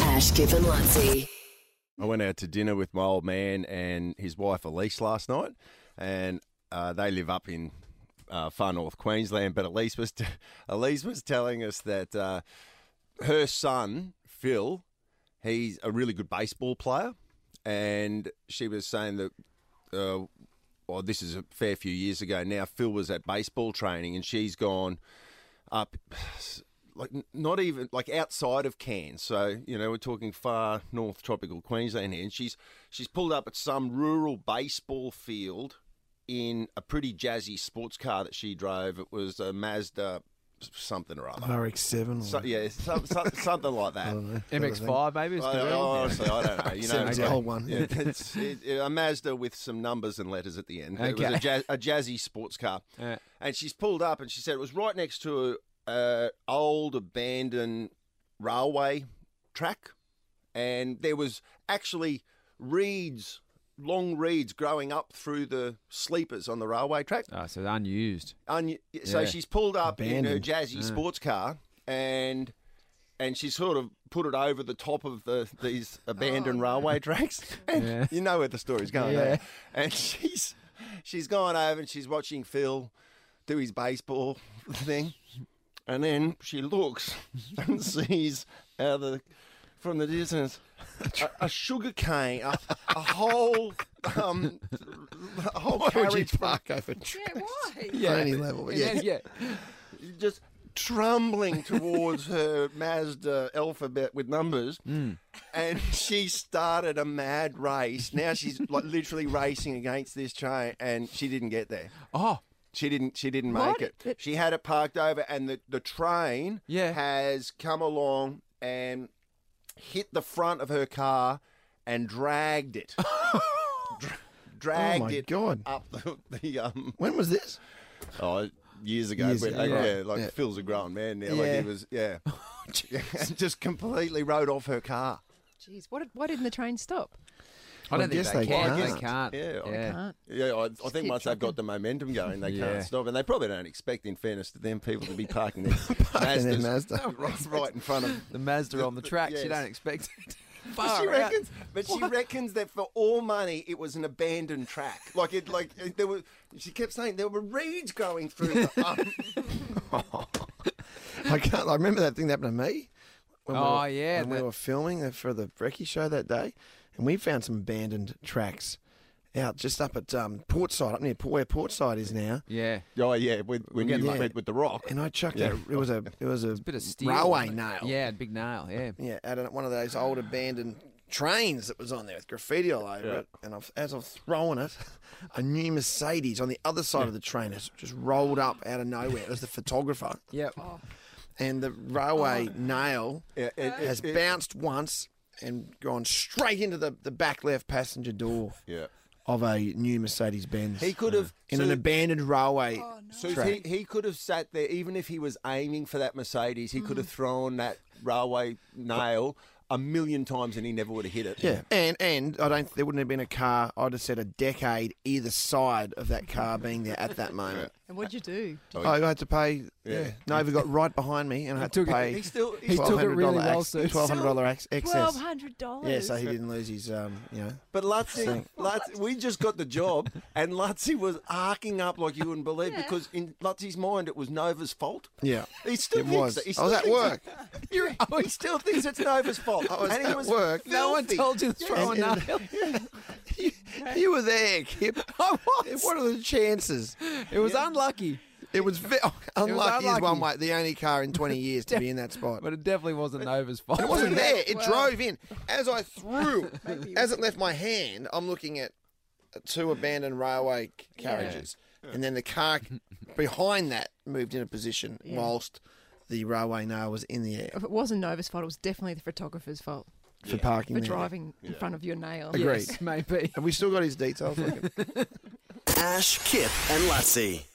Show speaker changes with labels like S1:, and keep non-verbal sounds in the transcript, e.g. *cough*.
S1: Ash, Kip, and Lutzi.
S2: I went out to dinner with my old man and his wife Elise last night, and uh, they live up in uh, far north Queensland. But Elise was t- *laughs* Elise was telling us that uh, her son Phil, he's a really good baseball player, and she was saying that. Uh, well, this is a fair few years ago now. Phil was at baseball training, and she's gone up like n- not even like outside of Cairns. So you know we're talking far north tropical Queensland here, and she's she's pulled up at some rural baseball field in a pretty jazzy sports car that she drove. It was a Mazda something or other.
S3: RX seven.
S2: So, yeah, some, some, something like
S4: *laughs*
S2: that.
S4: Oh, MX5 maybe is
S2: I,
S4: the real.
S2: honestly, I don't
S4: *laughs*
S2: know. You know,
S3: Sounds
S2: it's like-
S3: old one. *laughs*
S2: Yeah, it's, it, it- a Mazda with some numbers and letters at the end. It was a,
S4: Okay.
S2: jazz, a jazzy sports car,
S4: Yeah.
S2: and she's pulled up and she said it was right next to a, a old abandoned railway track, and there was actually reeds, long reeds, growing up through the sleepers on the railway track.
S4: Oh, so they're unused.
S2: Un- So
S4: Yeah.
S2: she's pulled up in her
S3: Abandoned.
S2: jazzy sports car and and she sort of put it over the top of the these
S5: Oh. *laughs*
S2: abandoned railway tracks. *laughs* And
S4: Yeah.
S2: you know where the story's going.
S4: Yeah.
S2: there. And she's she's gone over and she's watching Phil do his baseball *laughs* thing. And then she looks *laughs* and sees out of the from the distance a, a sugar cane, a, a whole
S3: *laughs*
S2: um, a whole
S3: Would you
S2: carriage
S3: park over
S5: Yeah, why?
S3: yeah. any level? but Yeah.
S4: yeah.
S2: just trembling towards her Mazda alphabet with numbers,
S3: Mm.
S2: and she started a mad race. Now she's like literally racing against this train, and she didn't get there.
S4: Oh,
S2: She didn't. She didn't
S5: What?
S2: make it.
S5: It-
S2: She had it parked over, and the the train
S4: Yeah.
S2: has come along and hit the front of her car and dragged
S3: *laughs*
S2: it. Dra- dragged
S3: Oh my
S2: it
S3: God.
S2: up the, the um
S3: When
S2: *laughs*
S3: was this?
S2: Oh, years ago.
S3: Years
S2: but,
S3: ago,
S2: uh,
S3: right.
S2: Yeah, like
S3: Yeah.
S2: Phil's a grown man now. Like
S3: Yeah.
S2: he was, yeah. *laughs* Oh, Yeah, and *laughs* just completely rode off her car.
S5: Jeez, what did, why didn't the train stop?
S4: I
S3: Well, I
S4: don't think
S3: guess
S4: they,
S3: they
S4: can. They
S3: can't.
S4: can't.
S2: Yeah, I
S5: Can't.
S2: Yeah, I, I think
S5: keep
S2: once they've got the momentum going, they
S4: Yeah.
S2: can't stop. And they probably don't expect, in fairness to them, people to be *laughs* parking their
S3: And then
S2: Mazdas
S3: Mazda.
S2: *laughs* right, right in front *laughs* of
S4: The Mazda on the tracks.
S2: yes.
S4: You don't expect
S2: *laughs*
S4: it. *laughs*
S2: But
S4: Far
S2: she
S4: out.
S2: reckons, but she reckons that for all money, it was an abandoned track. Like it, like it- there were. She kept saying there were reeds growing through. *laughs* The, um,
S3: I can't. I remember that thing that happened to me. When
S4: Oh, yeah,
S3: when
S4: that-
S3: we were filming for the Brecky show that day, and we found some abandoned tracks out just up at um, Portside, up near Port- where Portside is now.
S4: Yeah.
S2: oh yeah, when, when you
S3: Yeah.
S2: went with the rock.
S3: And I chucked
S2: Yeah.
S3: out. It was a it was a,
S4: Bit of steel.
S3: railway nail.
S4: Yeah, big nail. Yeah.
S3: yeah, at a- one of those old abandoned trains that was on there with graffiti all over it. And I've, as I'm throwing it, *laughs* a new Mercedes on the other side of the train has just rolled up out of nowhere. It was the photographer,
S4: Yep.
S3: and the railway nail
S2: Yeah, uh, it- it-
S3: has
S2: it-
S3: bounced once and gone straight into the, the back left passenger door
S2: Yeah.
S3: of a new Mercedes Benz.
S2: He could have
S3: Uh, in an
S2: so-
S3: abandoned railway.
S2: So he, he could have sat there, even if he was aiming for that Mercedes, he could have thrown that railway nail a million times and he never would have hit it.
S3: Yeah, and and I don't. There wouldn't have been a car. I'd have said a decade either side of that car being there at that moment.
S5: And what'd you do?
S3: I had to pay. Yeah.
S2: Yeah.
S3: Nova got right behind me, and I had to
S4: took it-
S3: pay.
S2: He still,
S4: He
S2: he,
S4: took it really
S3: $1,200
S4: well,
S3: ex-
S4: Sue.
S3: Twelve hundred dollar ex-
S5: Twelve
S3: excess.
S5: hundred dollars.
S3: Yeah, so he didn't lose his. Um, you know.
S2: but Lutzi, Lutzi, we just got the job, and Lutzi was arcing up like you wouldn't believe
S5: Yeah.
S2: because in Lutzi's mind it was Nova's fault.
S3: Yeah.
S2: He still
S3: It
S2: thinks
S3: was.
S2: that- he
S3: I was
S2: still
S3: at
S2: thinks
S3: work.
S2: that- *laughs*
S4: *laughs*
S2: You're- oh, he still thinks it's Nova's
S3: *laughs*
S2: fault.
S3: was
S2: and he
S3: at
S2: was
S3: work.
S4: No one
S2: filthy.
S4: told you to throw a
S3: And- and-
S2: *laughs*
S4: nail.
S3: you, you were there,
S4: *laughs*
S3: Kip. I was. What are the chances?
S4: It was unlucky,
S3: It was ve- unlucky. Is one
S4: unlucky.
S3: way. The only car in twenty years to be in that spot.
S4: but it definitely wasn't Nova's fault.
S2: *laughs*
S3: It wasn't there. It
S5: Well-
S3: drove in.
S5: *laughs*
S3: As I threw, as it left my hand, I'm looking at two abandoned railway c- carriages. And then the car
S5: *laughs*
S3: behind that moved into position whilst the railway nail was in the air
S5: If it wasn't Nova's fault, it was definitely the photographer's fault
S3: for parking
S5: for
S3: there.
S5: driving in front of your nail.
S3: Agreed.
S4: Yes, maybe.
S3: Have we still got his details? Look at-
S1: Ash, Kip, and Lutzi.